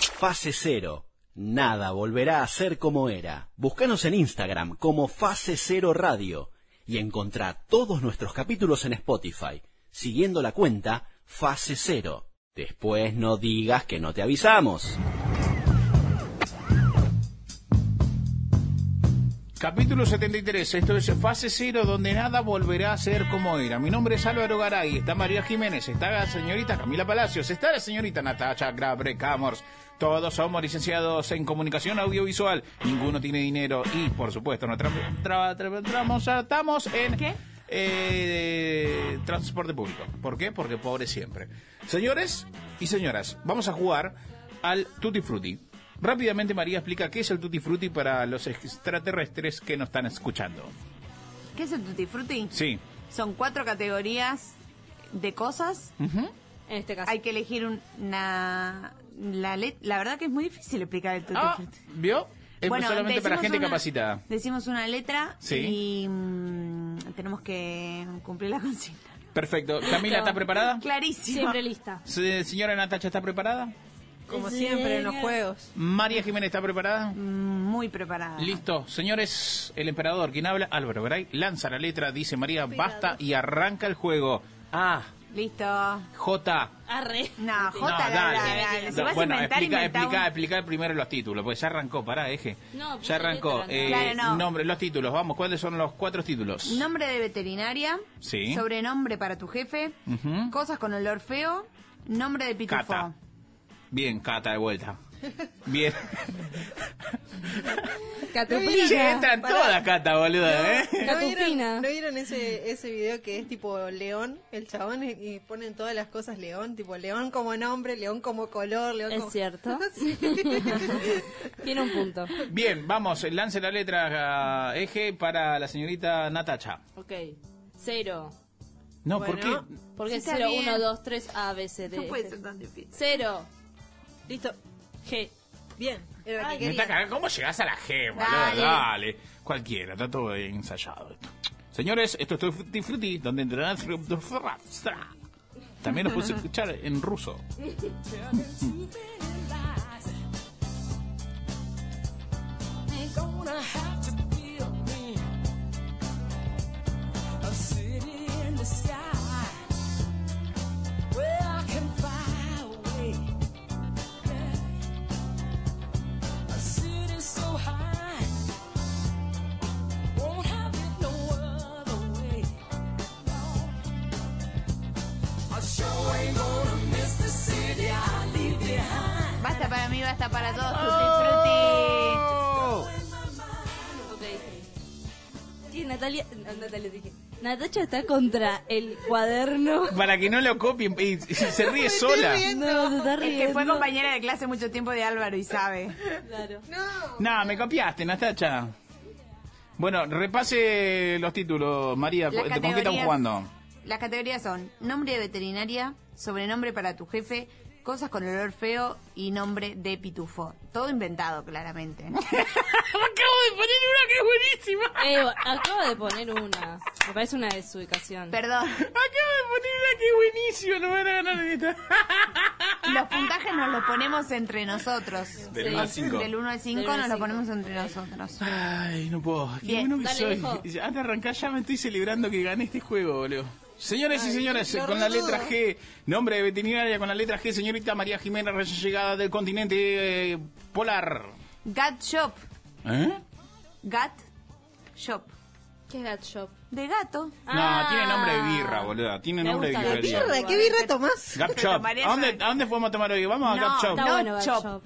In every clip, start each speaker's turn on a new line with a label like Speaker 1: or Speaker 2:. Speaker 1: Fase Cero. Nada volverá a ser como era. Búscanos en Instagram como Fase Cero Radio y encontrá todos nuestros capítulos en Spotify, siguiendo la cuenta Fase Cero. Después no digas que no te avisamos.
Speaker 2: Capítulo 73, esto es Fase Cero, donde nada volverá a ser como era. Mi nombre es Álvaro Garay, está María Jiménez, está la señorita Camila Palacios, está la señorita Natacha Grabre Camors. Todos somos licenciados en comunicación audiovisual, ninguno tiene dinero y, por supuesto, nos tra- tra- tra- tra- tratamos en...
Speaker 3: ¿Qué?
Speaker 2: eh, transporte público. ¿Por qué? Porque pobre siempre. Señores y señoras, vamos a jugar al Tutti Frutti. Rápidamente María explica qué es el Tutti Frutti para los extraterrestres que nos están escuchando.
Speaker 3: ¿Qué es el Tutti Frutti?
Speaker 2: Sí.
Speaker 3: Son cuatro categorías de cosas.
Speaker 4: En este caso.
Speaker 3: Hay que elegir un- una... La, let- la verdad que es muy difícil explicar el Tutti
Speaker 2: Ah,
Speaker 3: Frutti.
Speaker 2: ¿vio? Es solamente para
Speaker 3: decimos
Speaker 2: gente
Speaker 3: una-
Speaker 2: capacitada.
Speaker 3: Decimos una letra
Speaker 2: Sí.
Speaker 3: y mm, tenemos que cumplir la consigna.
Speaker 2: Perfecto. Camila, ¿está preparada?
Speaker 3: Clarísimo.
Speaker 4: Siempre lista.
Speaker 2: Se- Señora Natacha, ¿está preparada?
Speaker 5: Como siempre en los juegos.
Speaker 2: María Jiménez, ¿está preparada?
Speaker 3: Mm, Muy preparada.
Speaker 2: Listo, señores, el emperador, quien habla, Álvaro Garay, lanza la letra, dice María, basta y arranca el juego. A,
Speaker 3: Listo.
Speaker 2: J,
Speaker 4: Arre.
Speaker 3: No, J,
Speaker 2: No,
Speaker 3: la,
Speaker 2: dale.
Speaker 3: la- la- la- Si
Speaker 2: No,
Speaker 3: vas
Speaker 2: bueno,
Speaker 3: a inventar,
Speaker 2: explica,
Speaker 3: inventá
Speaker 2: explica,
Speaker 3: un-
Speaker 2: explica primero los títulos, pues ya arrancó, pará, eje.
Speaker 4: No, pues
Speaker 2: ya arrancó.
Speaker 4: letra, no.
Speaker 2: Eh,
Speaker 3: Claro, no.
Speaker 2: Nombre, los títulos, vamos, ¿cuáles son los cuatro títulos?
Speaker 3: Nombre de veterinaria.
Speaker 2: Sí.
Speaker 3: Sobrenombre para tu jefe.
Speaker 2: Ujú.
Speaker 3: Cosas con olor feo. Nombre de pitufo.
Speaker 2: Cata. Bien, Cata, de vuelta. Bien.
Speaker 5: Catupina.
Speaker 2: Che, entran
Speaker 5: Pará.
Speaker 2: todas Cata, boludo, ¿eh?
Speaker 5: ¿No vieron,
Speaker 4: Catupina.
Speaker 5: ¿no vieron ese, ese video que es tipo león? El chabón y- y ponen todas las cosas león, tipo león como nombre, león como color, león
Speaker 4: Es
Speaker 5: como...
Speaker 4: cierto.
Speaker 5: Sí.
Speaker 4: Tiene un punto.
Speaker 2: Bien, vamos, lance la letra a eje para la señorita Natacha.
Speaker 4: Ok. Cero.
Speaker 2: No, ¿por
Speaker 5: Bueno.
Speaker 2: qué?
Speaker 4: Porque es
Speaker 3: Sí, está
Speaker 4: 0,
Speaker 3: bien.
Speaker 4: 1, 2, 3, A, B, C, D.
Speaker 3: No puede
Speaker 4: F.
Speaker 3: ser tan difícil.
Speaker 4: Cero.
Speaker 5: Listo,
Speaker 4: G.
Speaker 5: bien. Era lo que
Speaker 2: Me está
Speaker 5: quería.
Speaker 2: cagando. ¿Cómo llegás a la G, boludo? Dale.
Speaker 3: Dale.
Speaker 2: Cualquiera, está todo ensayado esto. Señores, esto es Tutti Frutti, donde entrenás... También nos puse a escuchar en ruso.
Speaker 3: Basta para mí, basta para todos. Tutti
Speaker 2: ¡Oh!
Speaker 4: Ok. Sí, Natalia. no, Natalia dije. Natacha está contra el cuaderno.
Speaker 2: Para que no lo copien y, y se ríe
Speaker 5: estoy
Speaker 2: sola.
Speaker 5: riendo.
Speaker 4: No, se está
Speaker 3: Frutti. Es que
Speaker 4: riendo.
Speaker 3: fue compañera de clase mucho tiempo de Álvaro y sabe.
Speaker 4: Claro.
Speaker 5: No,
Speaker 2: No, me copiaste, Natacha. Bueno, repase los títulos, María.
Speaker 3: Las
Speaker 2: ¿Con qué están
Speaker 3: categorías-
Speaker 2: jugando?
Speaker 3: Las categorías son nombre de veterinaria, sobrenombre para tu jefe, cosas con olor feo y nombre de pitufo. Todo inventado, claramente.
Speaker 4: Eh, acabo de poner una. Me parece una desubicación.
Speaker 3: Perdón,
Speaker 2: Acabo de poner una que buenísimo, no van a ganar esta.
Speaker 3: los puntajes nos los ponemos entre nosotros.
Speaker 2: Del
Speaker 4: Sí.
Speaker 2: uno al cinco.
Speaker 3: Del 1 al
Speaker 4: Del
Speaker 3: 5
Speaker 4: uno
Speaker 3: nos
Speaker 4: al
Speaker 3: lo
Speaker 4: cinco.
Speaker 3: ponemos entre nosotros.
Speaker 2: Ay, no puedo. Qué
Speaker 3: Bien,
Speaker 2: bueno que
Speaker 4: dale,
Speaker 2: soy.
Speaker 4: viejo.
Speaker 2: Ya, Antes de arrancar ya me estoy celebrando que gané este juego, boludo. Señores y señores, con la letra G, nombre de veterinaria con la letra G, señorita María Jiménez, recién llegada del continente eh, polar.
Speaker 3: Gat Shop.
Speaker 2: ¿Eh?
Speaker 3: Gat Shop.
Speaker 4: ¿Qué es Gat Shop?
Speaker 3: De gato.
Speaker 2: No,
Speaker 4: Ah.
Speaker 2: tiene nombre de birra, boluda. Tiene
Speaker 4: Me
Speaker 2: nombre de
Speaker 4: gusta la
Speaker 2: birrería.
Speaker 4: birra.
Speaker 5: ¿Para ¿qué birra tomás?
Speaker 2: Gap Shop.
Speaker 3: María
Speaker 2: ¿A dónde,
Speaker 3: sabe.
Speaker 2: ¿A dónde podemos tomar hoy? Vamos a Gap Shop.
Speaker 4: Está
Speaker 3: no
Speaker 4: bueno Gat
Speaker 3: Shop.
Speaker 4: Shop.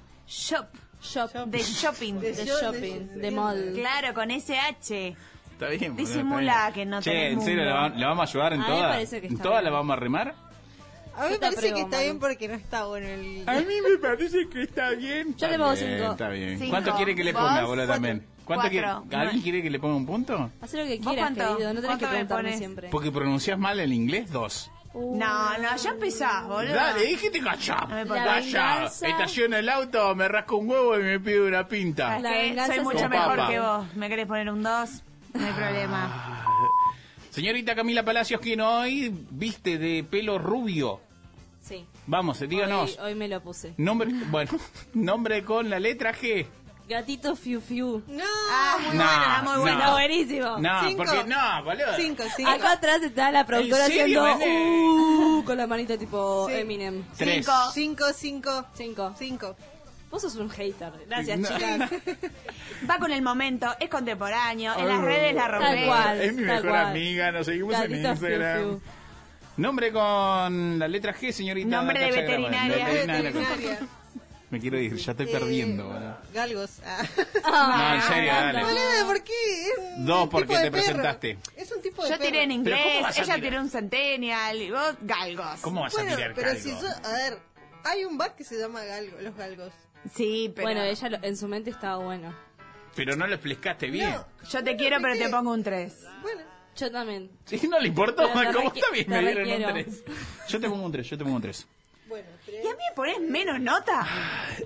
Speaker 3: Shop.
Speaker 4: Shop.
Speaker 3: De shopping.
Speaker 4: De shopping. De mall.
Speaker 3: Claro, con SH.
Speaker 2: Está bien. boluda,
Speaker 3: Disimula
Speaker 2: está bien.
Speaker 3: que no
Speaker 2: Che,
Speaker 3: tenés
Speaker 2: ¿en serio
Speaker 3: mundo.
Speaker 2: la, va- la vamos a ayudar en
Speaker 4: A mí me
Speaker 2: todas?
Speaker 4: parece que
Speaker 2: ¿En
Speaker 4: está
Speaker 2: todas la
Speaker 4: bien.
Speaker 2: vamos a remar?
Speaker 5: A mí me
Speaker 4: Yo te
Speaker 5: parece
Speaker 4: apruebo,
Speaker 5: que está
Speaker 4: Mari.
Speaker 5: bien porque no está bueno el...
Speaker 2: A mí me parece que está bien.
Speaker 4: Yo
Speaker 2: Está
Speaker 4: le pongo
Speaker 2: bien,
Speaker 4: cinco.
Speaker 2: Está bien.
Speaker 3: Cinco.
Speaker 2: ¿Cuánto quiere que le
Speaker 3: ¿Vos?
Speaker 2: ponga, boludo,
Speaker 3: Cuatro.
Speaker 2: también? ¿Cuánto quiere?
Speaker 3: Cuatro.
Speaker 2: ¿Alguien quiere que le ponga un punto?
Speaker 4: Haz lo que
Speaker 3: ¿Vos
Speaker 4: quieras,
Speaker 3: cuánto?
Speaker 4: querido. No tenés
Speaker 3: ¿Cuánto
Speaker 4: que
Speaker 3: me
Speaker 4: preguntarme
Speaker 3: pones?
Speaker 4: siempre.
Speaker 2: Porque pronuncias mal el inglés, dos.
Speaker 3: No, no, ya empezás, boludo.
Speaker 2: Dale, dijiste cachá.
Speaker 3: me importa.
Speaker 2: Cachá.
Speaker 4: venganza.
Speaker 2: Estaciono el auto, me rasco un huevo y me pido una pinta.
Speaker 4: La
Speaker 3: Que
Speaker 4: venganza
Speaker 3: soy
Speaker 4: es
Speaker 3: mucho
Speaker 2: con
Speaker 3: mejor
Speaker 2: papa.
Speaker 3: que vos. ¿Me querés poner un 2? No hay problema.
Speaker 2: Señorita Camila Palacios, quien hoy viste de pelo rubio.
Speaker 4: Sí.
Speaker 2: Vamos, eh, díganos.
Speaker 4: Hoy, hoy me lo puse.
Speaker 2: Nombre, bueno, nombre con la letra G.
Speaker 4: Gatito Fiu Fiu.
Speaker 5: No,
Speaker 3: Ah,
Speaker 5: muy
Speaker 3: no.
Speaker 5: bueno.
Speaker 3: buena, muy buena.
Speaker 4: Está buenísimo.
Speaker 2: No,
Speaker 5: Cinco.
Speaker 2: porque no, boludo.
Speaker 5: Cinco, cinco.
Speaker 4: Acá atrás está la productora
Speaker 2: ¿En serio,
Speaker 4: haciendo
Speaker 2: Vene?
Speaker 4: uh, con la manita tipo
Speaker 5: Sí.
Speaker 4: Eminem.
Speaker 2: Tres.
Speaker 3: Cinco.
Speaker 5: Cinco, cinco,
Speaker 4: Cinco.
Speaker 5: cinco.
Speaker 4: Vos sos un hater. Gracias,
Speaker 2: No.
Speaker 4: chicas.
Speaker 3: Va con el momento, es contemporáneo, en las redes la
Speaker 4: Tal
Speaker 3: rompemos.
Speaker 4: cual.
Speaker 2: Es mi
Speaker 4: tal
Speaker 2: mejor
Speaker 4: cual.
Speaker 2: amiga, nos seguimos en
Speaker 4: Gatito Fiu
Speaker 2: Instagram.
Speaker 4: Fiu.
Speaker 2: Nombre con la letra G, señorita.
Speaker 3: Nombre de
Speaker 2: Natacha Graban.
Speaker 3: veterinaria.
Speaker 5: Soy
Speaker 2: Veterinaria.
Speaker 5: veterinaria.
Speaker 2: Me quiero ir, ya estoy
Speaker 5: Eh,
Speaker 2: perdiendo. boludo.
Speaker 5: Galgos. Ah.
Speaker 2: No, en serio,
Speaker 4: Ah.
Speaker 2: dale.
Speaker 5: Boluda, ¿por qué? Es un
Speaker 2: Dos,
Speaker 5: tipo
Speaker 2: porque
Speaker 5: de
Speaker 2: te
Speaker 5: perro.
Speaker 2: presentaste.
Speaker 5: Es un tipo de
Speaker 3: Yo
Speaker 5: perro.
Speaker 3: tiré en
Speaker 2: Pero ¿cómo
Speaker 3: inglés,
Speaker 2: vas a
Speaker 3: ella
Speaker 2: tirar?
Speaker 3: tiró un centennial, y vos galgos.
Speaker 2: ¿Cómo vas
Speaker 5: Bueno,
Speaker 2: a tirar
Speaker 5: pero
Speaker 2: calgo?
Speaker 5: si yo, a ver, hay un bar que se llama Galgo, Los Galgos.
Speaker 3: Sí, pero
Speaker 4: Bueno, ella lo- en su mente estaba bueno.
Speaker 2: Pero no lo explicaste bien.
Speaker 5: No.
Speaker 3: yo te quiero, pero te pongo un 3.
Speaker 5: Bueno,
Speaker 4: Yo también.
Speaker 2: Sí, no le importó,
Speaker 4: Pero te
Speaker 2: ¿cómo
Speaker 4: requi-
Speaker 2: está bien?
Speaker 4: te
Speaker 2: Me dieron un
Speaker 4: requiero.
Speaker 2: 3. Yo te pongo un 3, yo te pongo un 3.
Speaker 5: bueno. tres.
Speaker 3: ¿Y a mí me pones menos nota?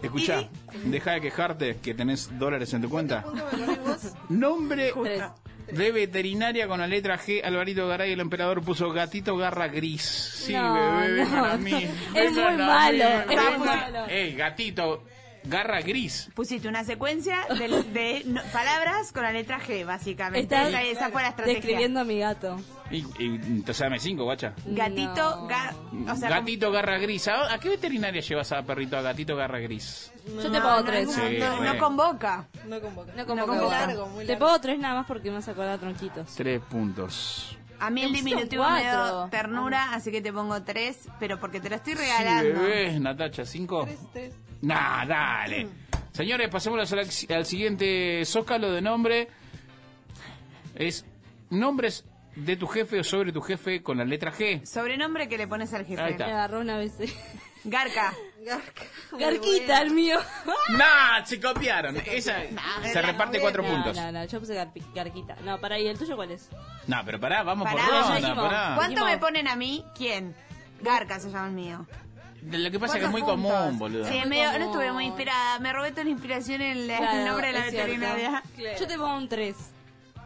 Speaker 2: Escucha, deja de quejarte que tenés dólares en tu cuenta.
Speaker 5: Punto me ponés vos.
Speaker 2: Nombre
Speaker 4: Tres.
Speaker 2: de veterinaria con la letra G, Alvarito Garay, el emperador puso gatito garra gris. Sí,
Speaker 4: No,
Speaker 2: bebé,
Speaker 4: no.
Speaker 2: para mí.
Speaker 4: Es
Speaker 2: Vengan
Speaker 4: muy
Speaker 2: a mí,
Speaker 4: malo,
Speaker 2: vengan
Speaker 4: es
Speaker 2: a
Speaker 4: muy
Speaker 2: mí.
Speaker 4: malo.
Speaker 2: Ey, gatito garra gris.
Speaker 3: Pusiste una secuencia de, de no- palabras con la letra G, básicamente.
Speaker 4: Estás
Speaker 3: esa, esa fue la estrategia.
Speaker 4: describiendo a mi gato.
Speaker 2: Y, y entonces dame 5, guacha.
Speaker 3: Gatito,
Speaker 4: No.
Speaker 3: ga- o sea,
Speaker 2: gatito garra gris. ¿A, a qué veterinaria llevas a perrito a gatito garra gris?
Speaker 4: Yo te
Speaker 3: no,
Speaker 4: pongo
Speaker 3: no,
Speaker 4: tres.
Speaker 3: No,
Speaker 2: Sí,
Speaker 3: no-
Speaker 2: re.
Speaker 3: no convoca.
Speaker 5: No convoca.
Speaker 4: No como
Speaker 3: No
Speaker 4: como-
Speaker 5: muy largo, muy
Speaker 4: Te
Speaker 5: largo.
Speaker 4: pongo tres nada más porque me vas a acordar tronquitos.
Speaker 2: 3 puntos.
Speaker 3: A mí el
Speaker 4: Te pusieron
Speaker 3: diminutivo me dio
Speaker 4: cuatro. Ah.
Speaker 3: ternura, así que te pongo tres, pero porque te lo estoy
Speaker 2: Sí,
Speaker 3: regalando.
Speaker 2: bebés, Natacha, 5.
Speaker 5: Tres, tres.
Speaker 2: Nah, dale. Señores, pasémonos al, al siguiente zócalo de nombre. Es nombres de tu jefe o sobre tu jefe con la letra G.
Speaker 3: Sobrenombre que le pones al jefe.
Speaker 2: Ahí está.
Speaker 4: Me agarró una vez.
Speaker 3: Garca.
Speaker 5: Garca. muy
Speaker 4: Garquita, el mío.
Speaker 2: Nah, se copiaron. Esa se reparte 4
Speaker 4: no,
Speaker 2: puntos.
Speaker 4: no, no, yo puse garpi- garquita. No, para ahí, ¿el tuyo cuál es?
Speaker 2: No, pero pará, vamos
Speaker 3: Pará,
Speaker 2: por
Speaker 4: ya
Speaker 2: ronda,
Speaker 4: dijimos.
Speaker 2: pará.
Speaker 3: ¿Cuánto
Speaker 4: Dijimos-
Speaker 3: me ponen a mí? ¿Quién? Garca se llama el mío.
Speaker 2: Lo que pasa es que es muy
Speaker 3: ¿Cuántos
Speaker 2: común,
Speaker 3: puntos?
Speaker 2: boludo.
Speaker 3: Sí,
Speaker 4: Muy
Speaker 3: medio- no
Speaker 4: común.
Speaker 3: estuve muy inspirada. Me robé toda la inspiración en el, el
Speaker 4: Oh. Claro,
Speaker 3: nombre de la
Speaker 4: es cierto.
Speaker 3: veterinaria.
Speaker 4: Yo te pongo un tres.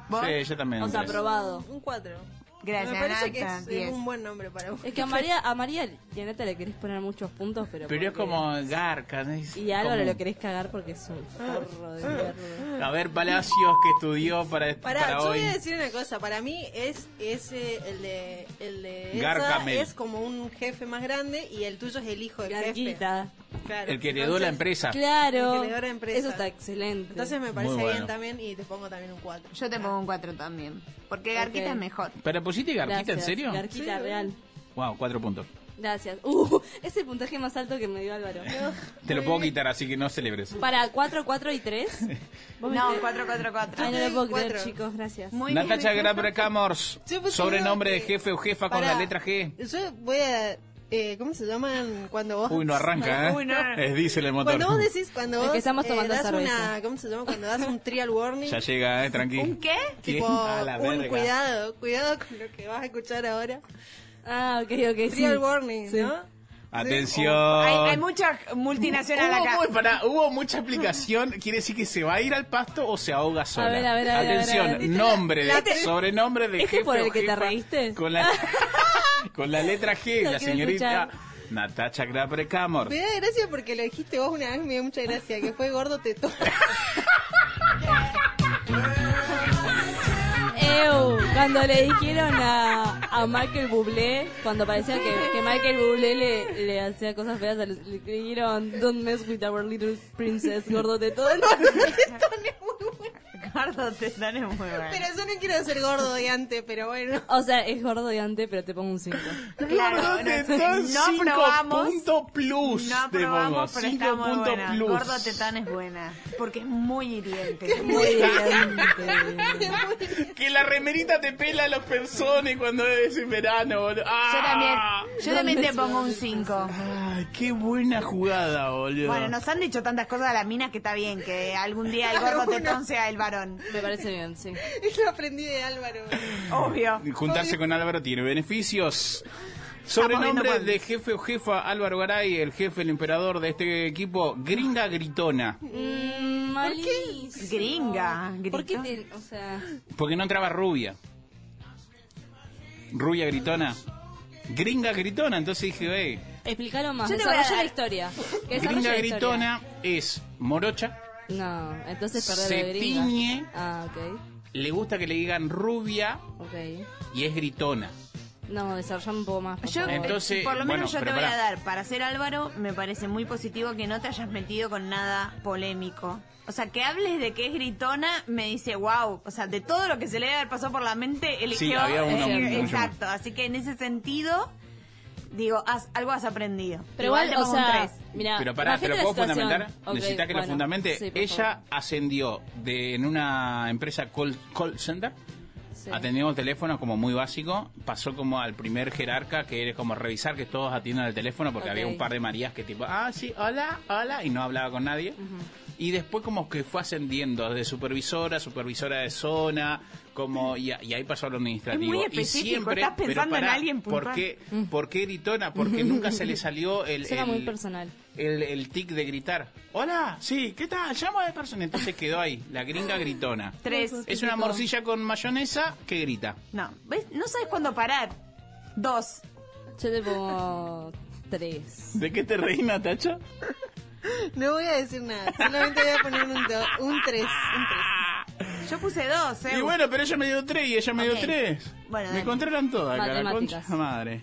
Speaker 3: ¿Vos?
Speaker 2: Sí, yo también.
Speaker 4: O sea,
Speaker 2: tres.
Speaker 4: aprobado.
Speaker 5: Un cuatro.
Speaker 3: Gracias,
Speaker 5: Me parece que
Speaker 3: Nata,
Speaker 5: es,
Speaker 3: diez.
Speaker 5: es un buen nombre para vos.
Speaker 4: Es que a María, a María y a Nata le querés poner muchos puntos, pero.
Speaker 2: Pero es
Speaker 4: porque-
Speaker 2: como garca. ¿no? Es
Speaker 4: Y a Álvaro
Speaker 2: como-
Speaker 4: lo querés cagar porque es un forro de mierda.
Speaker 2: A ver, Palacios, que estudió para,
Speaker 5: Pará,
Speaker 2: para
Speaker 5: yo
Speaker 2: hoy.
Speaker 5: voy a decir una cosa. Para mí es ese, el de, el de Elsa
Speaker 2: Gargamel.
Speaker 5: es como un jefe más grande y el tuyo es el hijo del jefe.
Speaker 4: Garquita.
Speaker 5: Claro.
Speaker 2: El que heredó la
Speaker 5: Entonces-
Speaker 2: empresa.
Speaker 4: Claro.
Speaker 5: Emprendedora empresa.
Speaker 4: Eso está excelente.
Speaker 5: Entonces me parece
Speaker 2: Muy bueno.
Speaker 5: bien también y te pongo también un 4.
Speaker 3: Yo te pongo un 4 también. Porque Garquita
Speaker 4: Ok.
Speaker 3: es mejor.
Speaker 2: ¿Pero pusiste garquita,
Speaker 4: Gracias.
Speaker 2: en serio?
Speaker 4: Garquita
Speaker 5: Sí.
Speaker 4: real.
Speaker 2: Wow, cuatro puntos.
Speaker 4: Gracias. Uh, es el puntaje más alto que me dio Álvaro.
Speaker 2: Te lo puedo quitar, así que no celebres.
Speaker 4: Para 4, 4 y 3.
Speaker 3: No, 4, 4, 4.
Speaker 4: Ay, no lo puedo
Speaker 5: Cuatro.
Speaker 4: creer, chicos. Gracias.
Speaker 3: Muy bien.
Speaker 2: Natacha Grabrecamors,
Speaker 3: pues,
Speaker 5: Yo puse
Speaker 2: sobrenombre de
Speaker 5: uno que-
Speaker 2: jefe o jefa con
Speaker 5: Pará.
Speaker 2: la letra G.
Speaker 5: Yo voy a. eh, ¿Cómo se llaman cuando vos.?
Speaker 2: Uy, no arranca, ¿eh?
Speaker 3: Uy, no.
Speaker 2: Es diésel el motor.
Speaker 5: Cuando vos decís. Cuando
Speaker 4: Es
Speaker 5: vos. eh,
Speaker 4: que estamos tomando
Speaker 5: das
Speaker 4: cerveza.
Speaker 5: una. ¿Cómo se llama? Cuando das un trial warning.
Speaker 2: Ya llega, eh, tranqui.
Speaker 3: ¿Un qué?
Speaker 5: Tipo,
Speaker 2: A la
Speaker 5: un
Speaker 2: verga.
Speaker 5: cuidado, cuidado con lo que vas a escuchar ahora.
Speaker 4: Ah, ok, ok.
Speaker 5: Trial
Speaker 4: sí.
Speaker 5: warning,
Speaker 4: Sí.
Speaker 5: ¿no?
Speaker 2: Atención.
Speaker 3: Hay, hay mucha multinacional
Speaker 2: Hubo,
Speaker 3: acá.
Speaker 2: muy- pará, hubo mucha explicación, quiere decir que se va a ir al pasto o se ahoga sola.
Speaker 4: A ver, a ver, a ver,
Speaker 2: Atención,
Speaker 4: a ver, a ver.
Speaker 2: nombre, de-
Speaker 4: La
Speaker 3: Este
Speaker 4: te-
Speaker 2: sobrenombre de
Speaker 4: ¿Este
Speaker 2: jefe
Speaker 4: por el
Speaker 2: o
Speaker 4: que te
Speaker 2: jefa
Speaker 4: reíste?
Speaker 2: Con la, con la letra G,
Speaker 4: No
Speaker 2: la
Speaker 4: quiero
Speaker 2: señorita
Speaker 4: escuchar.
Speaker 2: Natacha Grabrecamor.
Speaker 5: Me da gracia porque lo dijiste vos una vez, me dio mucha gracia, que fue gordo tetón.
Speaker 4: Ew, cuando le dijeron a, a Michael Bublé, cuando parecía que, que Michael Bublé le, le hacía cosas feas, le, le dijeron Don't mess with our little princess, gordo de todo.
Speaker 5: tetón es muy bueno.
Speaker 3: Gardo Tetón es muy bueno.
Speaker 5: Pero yo no quiero ser gordo de antes, pero bueno.
Speaker 4: O sea, es gordo de antes, pero te pongo un 5.
Speaker 3: Claro,
Speaker 2: Gordo
Speaker 3: no-
Speaker 2: Tetón,
Speaker 3: no
Speaker 2: cinco
Speaker 3: probamos.
Speaker 2: punto plus.
Speaker 3: No
Speaker 2: te pongo,
Speaker 3: probamos, pero
Speaker 2: cinco
Speaker 3: está muy
Speaker 2: punto
Speaker 3: buena.
Speaker 2: plus.
Speaker 3: Gordo Tetón es buena. Porque es muy hiriente.
Speaker 4: Muy elegante.
Speaker 2: Que la remerita te pela los personas cuando es en verano, boludo.
Speaker 3: Yo también,
Speaker 2: ¡Ah!
Speaker 3: yo también te pongo un 5.
Speaker 2: Ay, qué buena jugada, boludo.
Speaker 3: Bueno, nos han dicho tantas cosas a las minas que está bien que algún día el gordo tetón sea el varón.
Speaker 4: Me parece bien, sí.
Speaker 5: Lo aprendí de Álvaro.
Speaker 3: Obvio.
Speaker 2: Juntarse con Álvaro tiene beneficios. Sobrenombre de jefe o jefa Álvaro Garay, el jefe, el emperador de este equipo, gringa gritona.
Speaker 4: Mm, malísimo.
Speaker 3: Gringa,
Speaker 4: ¿Por qué
Speaker 3: gritó.
Speaker 4: te, o sea,
Speaker 2: Porque no entraba rubia. Rubia gritona. Gringa gritona, entonces dije, hey,
Speaker 4: Explícalo más.
Speaker 3: Yo
Speaker 4: Yo
Speaker 3: te voy a
Speaker 4: la
Speaker 3: dar-
Speaker 4: historia. Que desarrolle
Speaker 2: Gringa
Speaker 4: la historia.
Speaker 2: gritona es morocha,
Speaker 4: No, entonces perder
Speaker 2: Se
Speaker 4: de gringa.
Speaker 2: tiñe.
Speaker 4: Ah, ok.
Speaker 2: le gusta que le digan rubia
Speaker 4: Ok.
Speaker 2: y es gritona.
Speaker 4: No, desarrollame un poco más. por
Speaker 3: Yo,
Speaker 4: favor.
Speaker 2: Entonces,
Speaker 3: eh, por lo menos
Speaker 2: bueno,
Speaker 3: yo te
Speaker 2: pero
Speaker 3: voy a
Speaker 2: pará.
Speaker 3: dar, para ser Álvaro, me parece muy positivo que no te hayas metido con nada polémico. O sea, que hables de que es gritona, me dice, wow. O sea, de todo lo que se le debe haber pasado por la mente, eligió.
Speaker 2: había uno
Speaker 3: eh,
Speaker 2: mucho más.
Speaker 3: exacto, así que en ese sentido, digo, has- algo has aprendido.
Speaker 4: Pero igual,
Speaker 3: te
Speaker 4: o
Speaker 3: pongo un
Speaker 4: sea,
Speaker 3: tres.
Speaker 4: mira,
Speaker 2: Pero pará, ¿te lo
Speaker 4: imagínate
Speaker 2: puedo
Speaker 4: la situación.
Speaker 2: fundamentar?
Speaker 4: Ok,
Speaker 2: Necesitas que lo
Speaker 4: bueno,
Speaker 2: fundamente.
Speaker 4: sí, por
Speaker 2: Ella
Speaker 4: favor.
Speaker 2: ascendió de, en una empresa call, call center,
Speaker 4: Sí.
Speaker 2: atendiendo el teléfono como muy básico, pasó como al primer jerarca, que era como revisar que todos atiendan el teléfono, porque
Speaker 4: Ok.
Speaker 2: había un par de Marías que tipo, ah, sí, hola, hola, y no hablaba con nadie. Y después como que fue ascendiendo de supervisora, supervisora de zona, como y, a- y ahí pasó a lo administrativo.
Speaker 3: Es muy
Speaker 2: y
Speaker 3: específico,
Speaker 2: siempre,
Speaker 3: estás
Speaker 2: pero
Speaker 3: pensando en
Speaker 2: pará,
Speaker 3: alguien
Speaker 2: ¿por
Speaker 3: puntual. Mm.
Speaker 2: qué, ¿Por qué gritona? Porque nunca se le salió el...
Speaker 4: Suena muy
Speaker 2: el-
Speaker 4: personal.
Speaker 2: el, el tic de gritar. Hola, sí, ¿qué tal? Llamo de persona. Entonces quedó ahí, la gringa gritona.
Speaker 3: Tres.
Speaker 2: Es una morcilla con mayonesa que grita.
Speaker 3: No, ¿ves? No sabes cuándo parar. Dos.
Speaker 4: Yo le pongo tres.
Speaker 2: ¿De qué te reí, Natacha?
Speaker 5: No voy a decir nada, solamente voy a poner un 3. Un 3.
Speaker 3: Yo puse dos, ¿eh?
Speaker 2: Y bueno, pero ella me dio tres y ella me
Speaker 3: Ok.
Speaker 2: dio tres.
Speaker 3: Bueno,
Speaker 2: me
Speaker 3: dale.
Speaker 2: controlan toda, acá, la concha
Speaker 4: Matemáticas.
Speaker 2: de la madre.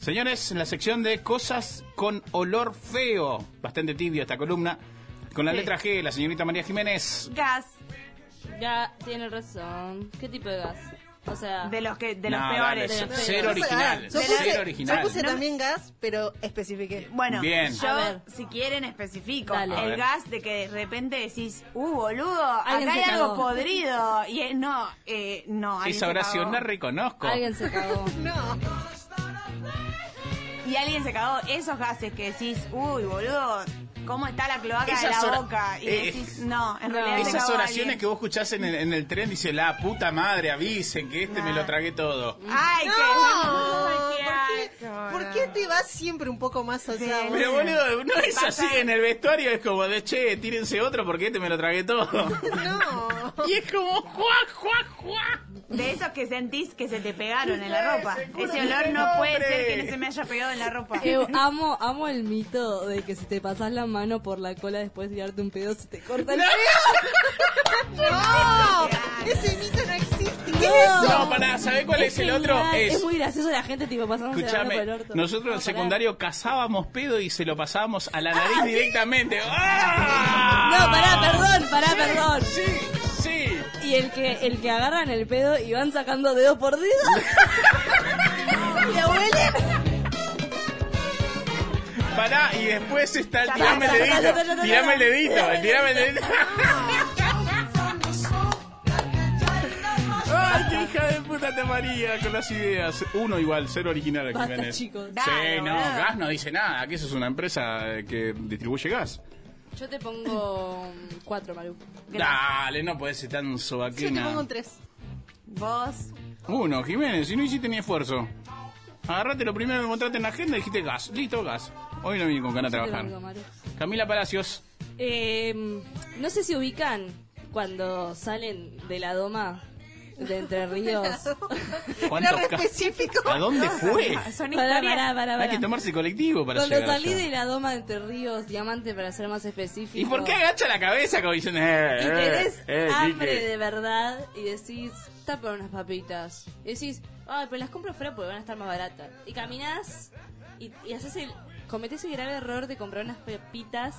Speaker 2: Señores, en la sección de cosas con olor feo. Bastante tibio esta columna. Con la
Speaker 3: Sí.
Speaker 2: letra G, la señorita María Jiménez.
Speaker 3: Gas,
Speaker 4: Ya tiene razón. ¿qué tipo de gas? O sea,
Speaker 3: de los, que, de los
Speaker 2: No,
Speaker 3: peores.
Speaker 2: dale,
Speaker 4: De los
Speaker 2: cero
Speaker 4: peores.
Speaker 2: original.
Speaker 5: ah, Yo
Speaker 3: De
Speaker 5: puse,
Speaker 2: Cero original.
Speaker 5: yo puse también gas, pero especifiqué.
Speaker 3: Bueno,
Speaker 2: Bien.
Speaker 3: yo,
Speaker 4: A ver.
Speaker 3: si quieren, especifico.
Speaker 4: Dale.
Speaker 2: A ver.
Speaker 3: El gas de que de repente decís, uh, boludo,
Speaker 4: Alguien
Speaker 3: acá hay
Speaker 4: se
Speaker 3: algo
Speaker 4: cagó".
Speaker 3: podrido. Y eh, no, eh, no. alguien
Speaker 2: Esa
Speaker 3: se
Speaker 2: oración
Speaker 3: cagó.
Speaker 2: la reconozco.
Speaker 4: alguien se cagó.
Speaker 5: No,
Speaker 3: Y alguien se cagó. Esos gases que decís, uy, boludo, ¿cómo está la cloaca
Speaker 2: Esas
Speaker 3: de
Speaker 2: ora-
Speaker 3: la boca? Y
Speaker 2: eh,
Speaker 3: decís, no, en
Speaker 4: no.
Speaker 3: realidad se
Speaker 2: Esas
Speaker 3: cagó
Speaker 2: oraciones
Speaker 3: alguien".
Speaker 2: que vos escuchás en el, en el tren dice la puta madre, avisen que este me lo tragué todo.
Speaker 3: ¡Ay,
Speaker 5: no.
Speaker 3: qué!
Speaker 5: ¿Por qué, por qué te vas siempre un poco más allá?
Speaker 3: Sí.
Speaker 5: vos?
Speaker 2: Pero boludo, no es
Speaker 3: Pasa-
Speaker 2: así en el vestuario, es como de che, tírense otro porque este me lo tragué todo.
Speaker 5: No.
Speaker 2: Y es como juá, juá, juá.
Speaker 3: De esos que sentís que se te pegaron en la
Speaker 2: Sí,
Speaker 3: ropa.
Speaker 2: seguro
Speaker 3: Ese
Speaker 2: que
Speaker 3: olor
Speaker 2: tiene
Speaker 3: no puede
Speaker 2: nombre.
Speaker 3: ser que no se me haya pegado en la ropa.
Speaker 4: Eh, amo, amo el mito de que si te pasas la mano por la cola después de darte un pedo se te corta el
Speaker 5: No, ¡Oh! ese mito no existe. ¿Qué es eso?
Speaker 2: No, pará, ¿sabés cuál es, el otro?
Speaker 4: genial,
Speaker 2: Es,
Speaker 4: Es muy gracioso la gente tipo pasándose la mano por
Speaker 2: escuchame,
Speaker 4: el orto.
Speaker 2: nosotros en
Speaker 4: No, pará.
Speaker 2: secundario cazábamos pedo y se lo pasábamos a la nariz directamente.
Speaker 4: No, pará,
Speaker 2: ¡Ah!
Speaker 4: perdón, pará, perdón.
Speaker 2: Sí, sí.
Speaker 4: Y el que, el que agarran el pedo y van sacando dedo por dedo. Mi abuela.
Speaker 2: Pará, y después está el
Speaker 3: Ya,
Speaker 2: tirame el
Speaker 4: ya, ya, ya, ya,
Speaker 2: dedito.
Speaker 4: ya,
Speaker 2: Tirame el
Speaker 4: ya.
Speaker 2: dedito, el tirame el dedito. Ay, qué hija de puta te María con las ideas. Uno igual, cero original,
Speaker 4: Basta,
Speaker 2: Jiménez.
Speaker 4: chicos.
Speaker 2: Sí,
Speaker 3: Dale,
Speaker 2: no,
Speaker 3: boludo.
Speaker 2: gas no dice nada. Que eso es una empresa eh, que distribuye gas.
Speaker 4: Yo te pongo mm, cuatro, Maru.
Speaker 2: Dale, no podés ser tan
Speaker 5: Yo te
Speaker 2: sobaquina.
Speaker 5: pongo un 3.
Speaker 3: Vos,
Speaker 2: Uno, Jiménez, si no hiciste ni esfuerzo. Agarrate lo primero que encontraste en la agenda y dijiste gas. Listo, gas. Hoy no vine con ganas de
Speaker 4: Yo te
Speaker 2: trabajar.
Speaker 4: pongo, Maru.
Speaker 2: Camila Palacios.
Speaker 4: Eh, no sé si ubican cuando salen de la doma de Entre Ríos.
Speaker 5: No
Speaker 2: ca- ¿Ah?
Speaker 5: específico.
Speaker 2: ¿A dónde fue?
Speaker 3: son
Speaker 4: Pará,
Speaker 3: historias.
Speaker 4: pará, pará,
Speaker 2: Hay que
Speaker 4: pará.
Speaker 2: tomarse colectivo para
Speaker 4: Cuando
Speaker 2: llegar
Speaker 4: salí
Speaker 2: allá.
Speaker 4: de la doma de Entre Ríos, diamante para ser más específico.
Speaker 2: ¿Y por qué agacha la cabeza como dicen? Eh,
Speaker 4: y
Speaker 2: eh,
Speaker 4: tenés
Speaker 2: eh,
Speaker 4: hambre
Speaker 2: Quique"?
Speaker 4: de verdad y decís, tapa unas papitas. Y decís, ay, pero las compro fuera porque van a estar más baratas. Y caminás y, y haces el. cometés el grave error de comprar unas papitas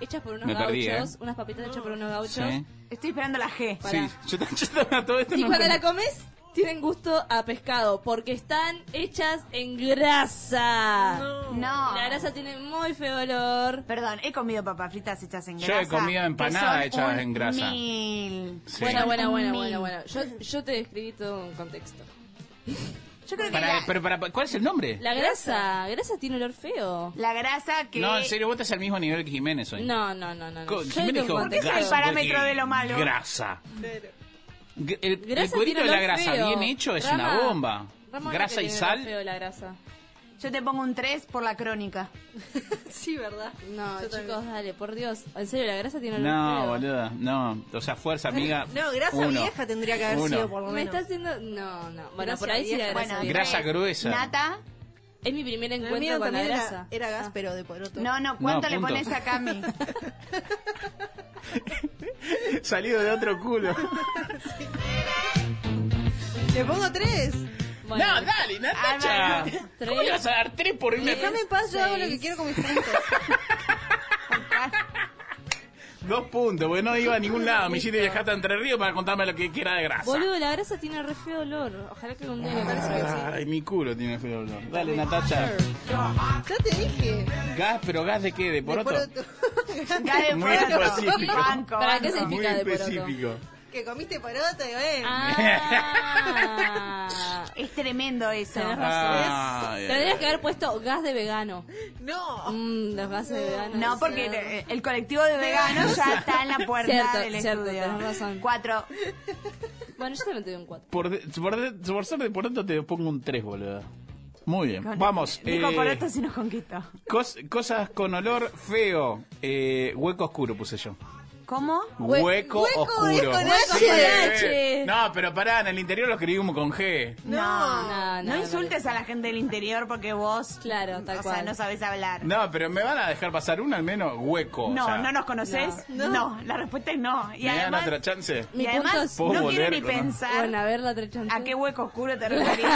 Speaker 4: hechas por unos
Speaker 2: Me
Speaker 4: gauchos.
Speaker 2: perdí, ¿eh?
Speaker 4: Unas papitas hechas por unos gauchos.
Speaker 2: Sí.
Speaker 3: Estoy esperando la G.
Speaker 4: Pará.
Speaker 2: Sí, yo, t- yo t- todo esto
Speaker 4: Y
Speaker 2: no
Speaker 4: cuando
Speaker 2: entendí.
Speaker 4: la comes, tienen gusto a pescado porque están hechas en grasa.
Speaker 3: No.
Speaker 4: La grasa tiene muy feo olor.
Speaker 3: Perdón, he comido papas fritas hechas en
Speaker 2: Yo
Speaker 3: grasa.
Speaker 2: he comido empanadas
Speaker 3: que son
Speaker 2: hechas
Speaker 3: un
Speaker 2: en grasa.
Speaker 3: Mil.
Speaker 2: Sí.
Speaker 4: Bueno, bueno, bueno,
Speaker 3: Mil.
Speaker 4: bueno, bueno. Yo, yo te describí todo un contexto.
Speaker 3: Yo creo que
Speaker 2: Para-
Speaker 3: la,
Speaker 2: pero para, ¿Cuál es el nombre?
Speaker 4: La grasa, grasa tiene olor feo.
Speaker 3: la grasa que.
Speaker 2: No, en serio, vos estás al mismo nivel que Jiménez hoy.
Speaker 4: No, no, no, no. no.
Speaker 2: Co-
Speaker 4: Yo
Speaker 2: Jiménez
Speaker 4: tengo
Speaker 2: dijo,
Speaker 4: un
Speaker 3: ¿Por qué es el
Speaker 4: contexto.
Speaker 2: "Gas,
Speaker 3: parámetro
Speaker 2: porque
Speaker 3: de lo malo"?
Speaker 2: Grasa. G- El, el
Speaker 4: Grasa
Speaker 2: cuerito de
Speaker 4: tiene
Speaker 2: la
Speaker 4: olor
Speaker 2: grasa
Speaker 4: feo.
Speaker 2: bien hecho es
Speaker 4: Rama-
Speaker 2: una bomba.
Speaker 4: Rama es la
Speaker 2: grasa
Speaker 4: que
Speaker 2: y
Speaker 4: tiene olor
Speaker 2: sal.
Speaker 4: feo, la grasa.
Speaker 3: Yo te pongo un 3 por la crónica.
Speaker 5: Sí, ¿verdad?
Speaker 4: No,
Speaker 5: Yo también.
Speaker 4: chicos, dale, por Dios. En serio, la grasa tiene olor feo.
Speaker 2: No, boluda, no. O sea, fuerza, amiga.
Speaker 5: No, grasa
Speaker 2: uno.
Speaker 5: vieja tendría que haber
Speaker 2: Uno.
Speaker 5: sido por lo
Speaker 4: Me
Speaker 5: menos.
Speaker 4: está haciendo. No, no. Bueno,
Speaker 5: Grasa
Speaker 4: por ahí sí la
Speaker 5: vieja.
Speaker 4: grasa.
Speaker 3: Bueno,
Speaker 4: viene.
Speaker 2: Grasa
Speaker 3: tres.
Speaker 2: gruesa.
Speaker 3: Nata,
Speaker 4: Es mi primer
Speaker 5: El
Speaker 4: encuentro
Speaker 5: mío
Speaker 4: con la
Speaker 5: también era-
Speaker 4: grasa.
Speaker 5: Era, gas,
Speaker 4: Ah.
Speaker 5: pero de poroto.
Speaker 3: No, no,
Speaker 2: No,
Speaker 3: ¿cuánto le
Speaker 2: punto.
Speaker 3: pones a Cami?
Speaker 2: Salido de otro culo.
Speaker 5: Le pongo tres.
Speaker 4: Bueno,
Speaker 2: No, dale, Natacha.
Speaker 3: Ah,
Speaker 2: ¿Cómo le vas a dar tres por una?
Speaker 5: Déjame en paz, yo hago lo que
Speaker 4: seis.
Speaker 5: quiero con mis puntos.
Speaker 2: Dos puntos, porque no iba a ningún lado. Me hiciste viajar a Entre Ríos para contarme lo que quiera de grasa.
Speaker 4: boludo, la grasa tiene re feo olor. Ojalá que un día me parezca que sí.
Speaker 2: Ay, mi culo tiene feo olor. Dale, Natacha.
Speaker 5: Ya te dije.
Speaker 2: Gas, pero gas de qué? ¿De
Speaker 5: De
Speaker 2: poroto?
Speaker 3: Acá de
Speaker 2: Muy
Speaker 3: pronto.
Speaker 2: específico.
Speaker 3: Banco,
Speaker 4: ¿Para qué
Speaker 3: banco.
Speaker 4: se-
Speaker 2: Ah, Muy
Speaker 4: Significa de poroto.
Speaker 2: específico.
Speaker 5: que comiste eh. poroto y bueno.
Speaker 4: Ah.
Speaker 3: Es tremendo eso.
Speaker 4: Tenés razón.
Speaker 2: Ay, ay,
Speaker 4: Tendrías que haber puesto gas de vegano.
Speaker 5: No.
Speaker 4: Mm, los gases de vegano.
Speaker 3: No, porque el- el colectivo de veganos ya está en la puerta
Speaker 4: Cierto,
Speaker 3: del
Speaker 4: cierto,
Speaker 3: estudio.
Speaker 4: tenés razón.
Speaker 3: Cuatro.
Speaker 4: Bueno, yo también te doy un 4.
Speaker 2: Por, de- por, de- por ser de poroto te pongo un 3, boludo. Muy bien. Vamos.
Speaker 3: Nico
Speaker 2: eh,
Speaker 3: Poroto sí nos conquistó.
Speaker 2: cos- cosas con olor feo. Eh, hueco oscuro puse yo.
Speaker 3: ¿Cómo?
Speaker 5: Hue-
Speaker 2: Hueco,
Speaker 5: hueco
Speaker 2: oscuro.
Speaker 5: es con
Speaker 2: Sí,
Speaker 5: H.
Speaker 2: eh. No, pero pará, en el interior lo escribimos con G.
Speaker 5: No.
Speaker 4: No,
Speaker 3: No
Speaker 4: no, no,
Speaker 3: insultes a la gente del interior porque vos.
Speaker 4: Claro, tal
Speaker 3: o sea,
Speaker 4: cual.
Speaker 3: no sabés hablar.
Speaker 2: No, pero me van a dejar pasar una al menos hueco. o
Speaker 3: No,
Speaker 2: sea,
Speaker 3: no nos conoces. No.
Speaker 5: No.
Speaker 3: la respuesta es no. Y
Speaker 2: ¿Me dan
Speaker 3: además,
Speaker 2: otra chance?
Speaker 3: y
Speaker 4: Mi
Speaker 3: además,
Speaker 4: punto es-
Speaker 2: Puedo
Speaker 3: no quiero
Speaker 2: volver
Speaker 3: ni
Speaker 2: con-
Speaker 3: pensar
Speaker 4: Bueno, a ver la otra chance.
Speaker 3: a qué hueco oscuro te referís.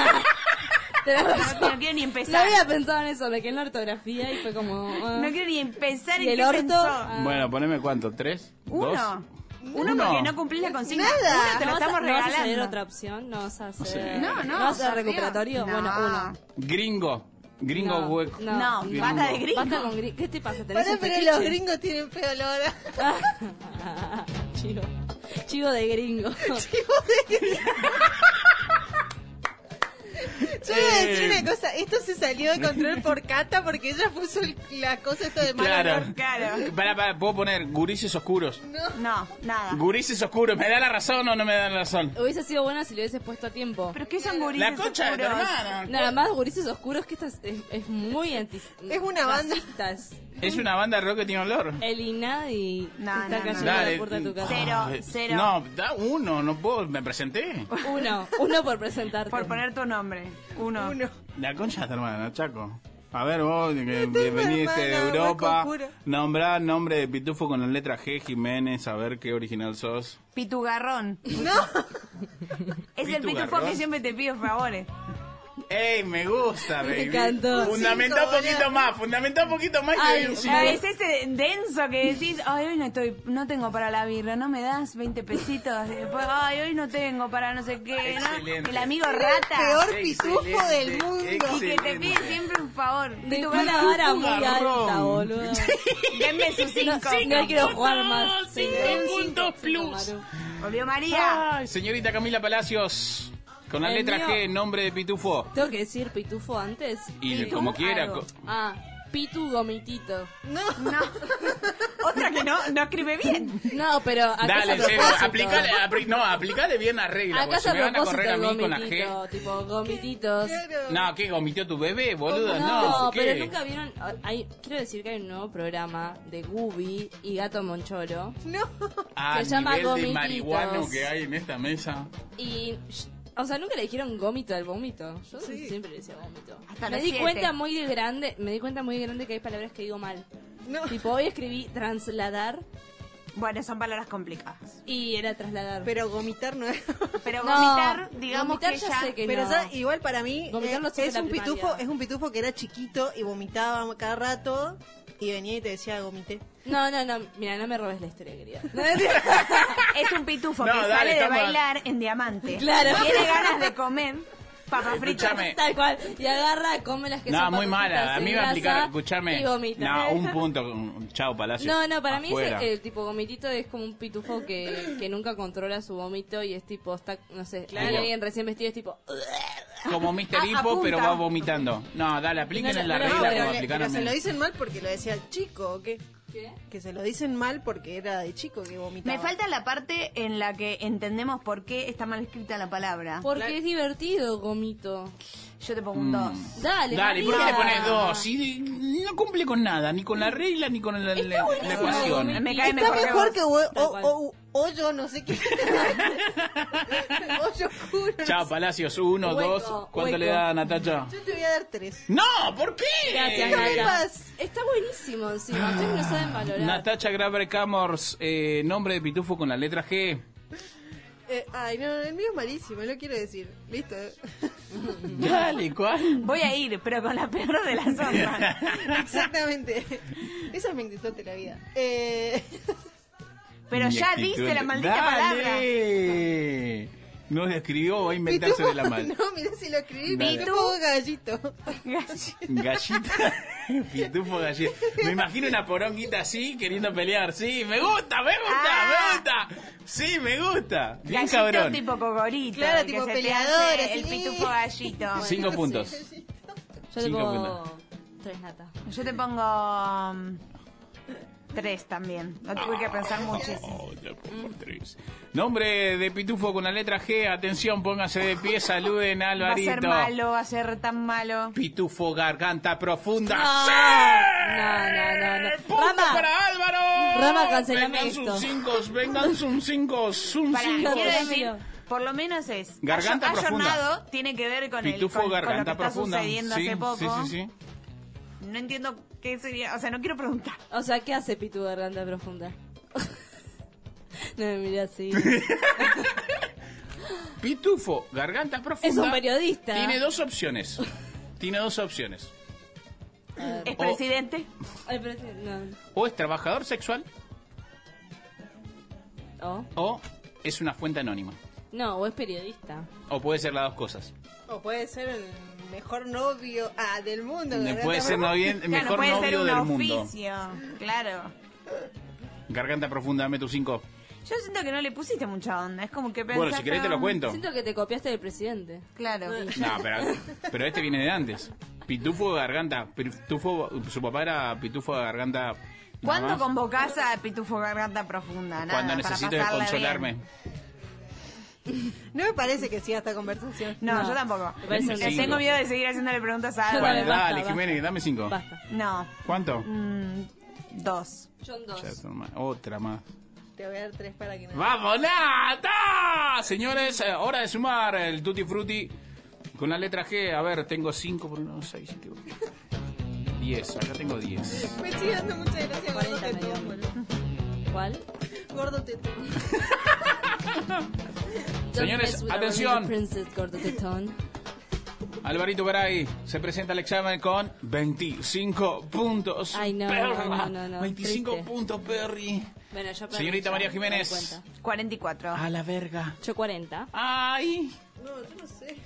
Speaker 4: Tenés
Speaker 3: no,
Speaker 4: razón.
Speaker 3: no quiero ni
Speaker 4: No
Speaker 3: empezar.
Speaker 4: había pensado en eso, de que en la ortografía y fue como. ah.
Speaker 3: No quiero ni empezar
Speaker 4: ¿Y
Speaker 3: en
Speaker 4: el
Speaker 3: qué
Speaker 4: orto?
Speaker 3: pensó.
Speaker 4: Ah.
Speaker 2: Bueno, poneme cuánto, ¿tres?
Speaker 3: Uno.
Speaker 2: ¿Dos?
Speaker 3: Uno porque no cumplís la consigna.
Speaker 5: Nada.
Speaker 3: Uno te lo
Speaker 4: ¿No vas a-
Speaker 3: estamos
Speaker 4: ¿no vas a hacer
Speaker 3: regalando.
Speaker 4: otra opción? No vas a hacer.
Speaker 2: sé.
Speaker 3: No, no,
Speaker 4: vas a hacer
Speaker 3: por
Speaker 4: recuperatorio?
Speaker 3: Dios.
Speaker 4: Bueno,
Speaker 3: No.
Speaker 4: uno.
Speaker 2: Gringo. Gringo
Speaker 4: No,
Speaker 2: hueco.
Speaker 4: No,
Speaker 3: No,
Speaker 2: gringo.
Speaker 3: basta de gringo.
Speaker 4: Basta con gri- ¿Qué te pasa? ¿Tenés
Speaker 5: Pará,
Speaker 4: un
Speaker 5: pero
Speaker 4: fetiche?
Speaker 5: los gringos tienen feo olor.
Speaker 4: Chivo. Chivo de gringo.
Speaker 5: Tipo de- Yo iba a decir una cosa, esto se salió de control por Cata porque ella puso el- la cosa esto de mal
Speaker 2: Claro.
Speaker 5: olor.
Speaker 3: claro.
Speaker 2: Pará, pará, puedo poner gurises oscuros.
Speaker 3: No, nada.
Speaker 2: Gurises oscuros, ¿me da la razón o no me da la razón?
Speaker 4: Hubiese sido bueno si lo hubieses puesto a tiempo.
Speaker 3: ¿Pero qué son gurises
Speaker 2: La concha de tu
Speaker 3: oscuros?
Speaker 2: hermana.
Speaker 4: Nada más gurises oscuros que esta es, es- es muy anti
Speaker 5: Es una banda.
Speaker 4: racista, es-
Speaker 2: Es una banda de rock que tiene olor.
Speaker 4: El INADI te
Speaker 3: No,
Speaker 4: está
Speaker 3: no, no.
Speaker 4: cayendo a
Speaker 2: Dale.
Speaker 4: la puerta de tu casa.
Speaker 3: Cero,
Speaker 2: Ay,
Speaker 3: cero.
Speaker 2: No, da uno, no puedo, me presenté.
Speaker 4: Uno, uno por presentarte.
Speaker 3: Por poner tu nombre. Uno.
Speaker 5: Uno.
Speaker 2: La concha de tu hermana, Chaco. A ver vos, que
Speaker 5: tengo
Speaker 2: veniste de
Speaker 5: hermana,
Speaker 2: Europa,
Speaker 5: hueco oscuro.
Speaker 2: nombrá nombre de Pitufo con la letra G, Jiménez, a ver qué original sos.
Speaker 3: Pitugarrón.
Speaker 5: No,
Speaker 3: Es el pitufo
Speaker 2: Pitugarrón.
Speaker 3: que siempre te pido favores.
Speaker 2: ¡Ey, me gusta,
Speaker 4: Me
Speaker 2: baby!
Speaker 4: encantó.
Speaker 2: Fundamentá un
Speaker 5: Cinco,
Speaker 2: poquito
Speaker 5: boludo.
Speaker 2: más, fundamentá un poquito más
Speaker 4: Ay,
Speaker 2: que un cinco.
Speaker 3: Ah, Es ese denso que decís, ay, hoy no estoy, no tengo para la birra, no me das 20 pesitos. Y después, ay, hoy no tengo para no sé qué. ¿no?
Speaker 2: Excelente.
Speaker 3: El amigo
Speaker 5: el
Speaker 3: rata.
Speaker 5: peor pitufo
Speaker 2: Excelente,
Speaker 5: del mundo.
Speaker 3: Y que te pide
Speaker 2: Excelente.
Speaker 3: siempre un favor.
Speaker 4: De
Speaker 3: Pitugarrón.
Speaker 4: una vara muy
Speaker 2: Garrón.
Speaker 4: alta, boludo.
Speaker 3: Denme sus cinco.
Speaker 4: No, no quiero jugar más.
Speaker 2: Cinco
Speaker 4: señor.
Speaker 2: puntos plus.
Speaker 4: Maru.
Speaker 3: Volvió María.
Speaker 2: Ay, señorita Camila Palacios, con la
Speaker 4: El
Speaker 2: letra
Speaker 4: mío.
Speaker 2: G, nombre de Pitufo.
Speaker 4: Tengo que decir pitufo antes.
Speaker 2: Y
Speaker 3: Pitu,
Speaker 2: como quiera,
Speaker 3: algo.
Speaker 2: co-
Speaker 4: Ah, pitu gomitito.
Speaker 3: No. Otra que no, no escribe bien.
Speaker 4: No, pero acá
Speaker 2: Dale, en
Speaker 4: es a
Speaker 2: serio,
Speaker 4: propósito.
Speaker 2: aplicale, apli- no, aplicale bien la regla, porque
Speaker 4: Acá es
Speaker 2: si
Speaker 4: a
Speaker 2: me van a correr
Speaker 4: propósito
Speaker 2: a
Speaker 4: el
Speaker 2: mí con la
Speaker 4: gomitito,
Speaker 2: G.
Speaker 4: tipo gomititos.
Speaker 5: Claro.
Speaker 2: No, ¿qué? ¿Gomitió tu bebé, boludo? No,
Speaker 4: No,
Speaker 2: ¿qué?
Speaker 4: pero nunca vieron. Hay, quiero decir que hay un nuevo programa de Gubi y Gato Moncholo.
Speaker 5: No.
Speaker 2: Ah,
Speaker 4: se llama
Speaker 2: nivel de
Speaker 4: gomititos.
Speaker 2: marihuano que hay en esta mesa.
Speaker 4: Y. O sea, nunca le dijeron gómito al vómito. Yo siempre le decía gómito.
Speaker 3: Hasta
Speaker 4: me
Speaker 3: las
Speaker 4: di
Speaker 3: siete.
Speaker 4: cuenta muy de grande, me di cuenta muy de grande que hay palabras que digo mal.
Speaker 5: No.
Speaker 4: Tipo, hoy escribí trasladar
Speaker 3: Bueno, son palabras complicadas.
Speaker 4: y era trasladar.
Speaker 5: Pero vomitar no es.
Speaker 3: Pero
Speaker 4: No,
Speaker 3: vomitar, digamos
Speaker 4: vomitar
Speaker 3: que
Speaker 4: ya
Speaker 3: ya.
Speaker 4: sé que-
Speaker 5: Pero
Speaker 4: no.
Speaker 5: ya, igual para mí
Speaker 4: Vomitar lo
Speaker 5: eh,
Speaker 4: hace
Speaker 5: es
Speaker 4: la
Speaker 5: un
Speaker 4: primaria.
Speaker 5: pitufo, es un pitufo que era chiquito y vomitaba cada rato y venía y te decía gomité.
Speaker 4: No, no, no, mira, no me robes la historia, querida.
Speaker 3: Es un pitufo
Speaker 2: No,
Speaker 3: que
Speaker 2: dale,
Speaker 3: sale de
Speaker 2: estamos-
Speaker 3: bailar en diamante.
Speaker 4: Claro.
Speaker 3: Tiene ganas de comer papas fritas.
Speaker 2: Escúchame.
Speaker 4: Tal cual. Y agarra, come las que
Speaker 2: No,
Speaker 4: son
Speaker 2: muy mala.
Speaker 4: patatitas
Speaker 2: A mí
Speaker 4: en
Speaker 2: me va a aplicar,
Speaker 4: grasa
Speaker 2: escuchame.
Speaker 4: Y vomita.
Speaker 2: No, un punto. un- Chao, Palacio.
Speaker 4: No, no, para
Speaker 2: Afuera.
Speaker 4: mí es el tipo gomitito es como un pitufo que, que nunca controla su vómito y es tipo, está, no sé,
Speaker 2: Claro.
Speaker 4: alguien recién vestido es tipo,
Speaker 2: Como Mr.
Speaker 3: Ah,
Speaker 2: Hippo, pero
Speaker 3: apunta.
Speaker 2: va vomitando. No, dale, apliquen
Speaker 4: No, no,
Speaker 2: la
Speaker 4: no,
Speaker 2: regla
Speaker 4: pero
Speaker 2: como
Speaker 5: le-
Speaker 2: aplicaron.
Speaker 5: se
Speaker 2: en-
Speaker 5: lo dicen mal porque lo decía el chico, ¿o qué?
Speaker 4: ¿qué?
Speaker 5: Que se lo dicen mal porque era de chico que vomitaba.
Speaker 3: Me falta la parte en la que entendemos por qué está mal escrita la palabra.
Speaker 4: Porque es divertido, gomito.
Speaker 3: Yo te pongo un dos.
Speaker 2: Mm.
Speaker 4: Dale,
Speaker 2: Dale, ¿por qué
Speaker 4: María.
Speaker 2: le pones dos? Y no cumple con nada, ni con la regla, ni con la, la- la
Speaker 4: buenísimo.
Speaker 2: ecuación.
Speaker 3: Me cae
Speaker 5: Está
Speaker 3: mejor que
Speaker 5: mejor
Speaker 3: vos.
Speaker 5: que hue-
Speaker 4: Tal
Speaker 5: o- o- hoyo, no sé qué. hoyo oscuro. no
Speaker 2: Chao,
Speaker 5: sé.
Speaker 2: Palacios. Uno,
Speaker 4: Hueco,
Speaker 2: dos. ¿Cuánto
Speaker 4: hueco.
Speaker 2: le da a Natacha?
Speaker 5: Yo te voy a dar tres.
Speaker 2: ¡No! ¿Por qué?
Speaker 4: Gracias, Nata.
Speaker 5: Capaz.
Speaker 4: Está buenísimo
Speaker 2: Ah.
Speaker 4: encima. Ustedes no saben valorar.
Speaker 2: Natacha Graber Camors, eh, nombre de Pitufo con la letra G.
Speaker 5: Eh, ay, no, el mío es malísimo, lo quiero decir. Listo.
Speaker 2: Dale, ¿cuál?
Speaker 3: Voy a ir, pero con la peor de las ondas.
Speaker 5: Exactamente. Esa es mi actitud de la vida. Eh,
Speaker 3: Pero
Speaker 2: Mi
Speaker 3: ya
Speaker 2: actitud
Speaker 3: dice
Speaker 2: de-
Speaker 3: la maldita palabra.
Speaker 2: Dale. No la escribió, va a inventarse de la
Speaker 5: Pitufo,
Speaker 2: mal.
Speaker 5: No, mira si lo escribí.
Speaker 2: Dale.
Speaker 5: Pitufo gallito.
Speaker 2: Gallita. Pitufo galleta. Me imagino una poronguita así queriendo pelear. Sí, me gusta, me gusta,
Speaker 3: Ah.
Speaker 2: me gusta. Sí, me gusta. Bien
Speaker 3: Gallito
Speaker 2: cabrón.
Speaker 3: tipo cocorito.
Speaker 5: Claro,
Speaker 3: el que
Speaker 5: tipo
Speaker 3: se te
Speaker 5: peleador,
Speaker 3: hace
Speaker 5: así.
Speaker 3: El pitufo gallito.
Speaker 2: Cinco puntos.
Speaker 4: Yo le
Speaker 2: Cinco
Speaker 4: pongo tres Nata.
Speaker 3: Yo te pongo. mm, Tres también. No tuve que pensar muchísimo.
Speaker 2: Oh, ya por tres. Nombre de Pitufo con la letra G. Atención, pónganse de pie, saluden a
Speaker 3: Va a ser
Speaker 2: Alvarito.
Speaker 3: malo, va a ser tan malo.
Speaker 2: Pitufo garganta profunda.
Speaker 4: No.
Speaker 2: ¡Sí!
Speaker 4: No, no, no, no.
Speaker 2: Punto
Speaker 4: Rama.
Speaker 2: para Álvaro.
Speaker 4: Rama, cancelame
Speaker 2: vengan
Speaker 4: esto.
Speaker 2: sus cinco, vengan sus cinco, un
Speaker 3: Pará,
Speaker 2: cinco.
Speaker 3: quiero
Speaker 4: Dios
Speaker 3: decir,
Speaker 4: mío.
Speaker 3: por lo menos es.
Speaker 2: Garganta
Speaker 3: ayo-
Speaker 2: profunda.
Speaker 3: ayornado tiene que ver con el
Speaker 2: Pitufo
Speaker 3: con- con, lo que
Speaker 2: garganta
Speaker 3: está
Speaker 2: profunda.
Speaker 3: sucediendo
Speaker 2: sí,
Speaker 3: hace poco.
Speaker 2: sí, sí, sí.
Speaker 3: No entiendo qué sería. O sea, no quiero preguntar.
Speaker 4: O sea, ¿qué hace Pitu Garganta Profunda? no me mira así.
Speaker 2: Pitufo, garganta profunda.
Speaker 4: Es un periodista.
Speaker 2: Tiene dos opciones. Tiene dos opciones.
Speaker 3: ¿Es
Speaker 2: O-
Speaker 3: presidente?
Speaker 4: Ay, pero sí, no.
Speaker 2: O es trabajador sexual
Speaker 4: O-
Speaker 2: o es una fuente anónima.
Speaker 4: No, o es periodista.
Speaker 2: O puede ser las dos cosas.
Speaker 5: O puede ser el mejor novio ah, del mundo.
Speaker 2: Me
Speaker 5: ¿verdad?
Speaker 2: puede ser novien-
Speaker 3: claro,
Speaker 2: mejor
Speaker 3: puede ser
Speaker 2: novio
Speaker 3: un
Speaker 2: del mundo.
Speaker 3: oficio. Claro.
Speaker 2: Garganta profunda, dame tus cinco.
Speaker 3: Yo siento que no le pusiste mucha onda. Es como que pensaste.
Speaker 2: Bueno, si querés te lo
Speaker 3: un-
Speaker 2: cuento.
Speaker 4: Siento que te copiaste del presidente.
Speaker 3: Claro.
Speaker 2: No, pero, pero este viene de antes. Pitufo garganta. Pitufo, su papá era pitufo garganta. nada
Speaker 3: ¿Cuándo
Speaker 2: más.
Speaker 3: convocás a Pitufo Garganta Profunda? Nada,
Speaker 2: Cuando
Speaker 3: para
Speaker 2: necesito
Speaker 3: pasarla
Speaker 2: consolarme.
Speaker 3: bien.
Speaker 5: No me parece que siga esta conversación.
Speaker 3: No,
Speaker 4: No.
Speaker 3: yo tampoco.
Speaker 4: Me parece
Speaker 3: Le
Speaker 4: un
Speaker 2: siglo.
Speaker 3: tengo miedo de seguir haciéndole preguntas a
Speaker 4: Dale,
Speaker 2: ¿Cuál?
Speaker 3: Álvaro.
Speaker 4: Bueno. basta,
Speaker 2: Dale,
Speaker 4: basta.
Speaker 2: Jiménez, dame cinco.
Speaker 4: Basta.
Speaker 3: No.
Speaker 2: ¿Cuánto?
Speaker 3: Mm, dos.
Speaker 4: Son dos.
Speaker 2: Ya está, ma- Otra más.
Speaker 5: Te voy a dar tres para que no.
Speaker 2: ¡Vamos, Nata! Señores, eh, hora de sumar el Tutti Frutti con la letra G. A ver, tengo 5 por 1, 6, 7, 8, 10. Acá tengo 10.
Speaker 5: Me sigue Pues dando muchas gracias, gordo
Speaker 4: 40
Speaker 5: tetú,
Speaker 4: millones.
Speaker 5: boludo.
Speaker 4: ¿Cuál?
Speaker 5: Gordo tetú.
Speaker 2: Señores,
Speaker 4: Don't mess with our little
Speaker 2: atención.
Speaker 4: Princess Gordo Tetón.
Speaker 2: Alvarito Garay se presenta al examen con 25 puntos.
Speaker 4: Ay, no,
Speaker 2: perra.
Speaker 4: no, no, no,
Speaker 2: 25
Speaker 4: triste.
Speaker 2: puntos, Perry.
Speaker 4: Bueno, yo perdí,
Speaker 2: Señorita
Speaker 4: ya,
Speaker 2: María
Speaker 4: me
Speaker 2: Jiménez.
Speaker 4: doy cuenta.
Speaker 3: 44.
Speaker 2: A la verga.
Speaker 4: Yo 40.
Speaker 2: ¡Ay!
Speaker 5: No, yo no sé.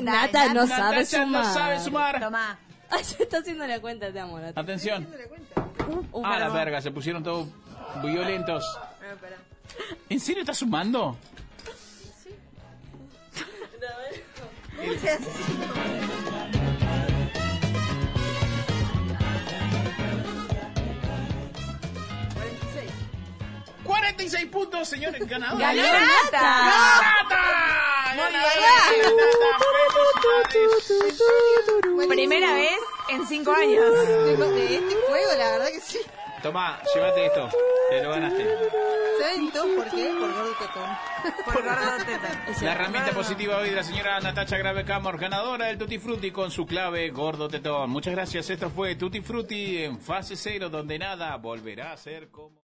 Speaker 4: Nata no sabe
Speaker 2: Natacha
Speaker 4: sumar.
Speaker 2: no sabe sumar.
Speaker 3: Tomá.
Speaker 4: Ay, se está haciendo la cuenta, te amo, Nata.
Speaker 2: Atención.
Speaker 5: No me la cuenta.
Speaker 4: Un
Speaker 2: A Ah, la
Speaker 4: barbón.
Speaker 2: verga, se pusieron todos violentos.
Speaker 5: Ah, pará.
Speaker 2: ¿En serio estás sumando?
Speaker 5: ¿Cómo se hace así? ¿46?
Speaker 2: 46 puntos, señores, ganador.
Speaker 4: ¡Ganó
Speaker 2: ¡Ganó
Speaker 4: Nata!
Speaker 2: Nata! ¡Ganador!
Speaker 3: Primera vez en cinco años.
Speaker 5: Tengo de este juego, la verdad que sí.
Speaker 2: Toma, llévate esto. Te lo ganaste.
Speaker 5: ¿Saben todos por qué? Por gordo tetón.
Speaker 3: Por gordo teta.
Speaker 2: La herramienta positiva hoy de la señora Natacha Grave Camor, ganadora del Tutti Frutti con su clave gordo tetón. Muchas gracias. Esto fue Tutti Frutti en fase cero, donde nada volverá a ser como.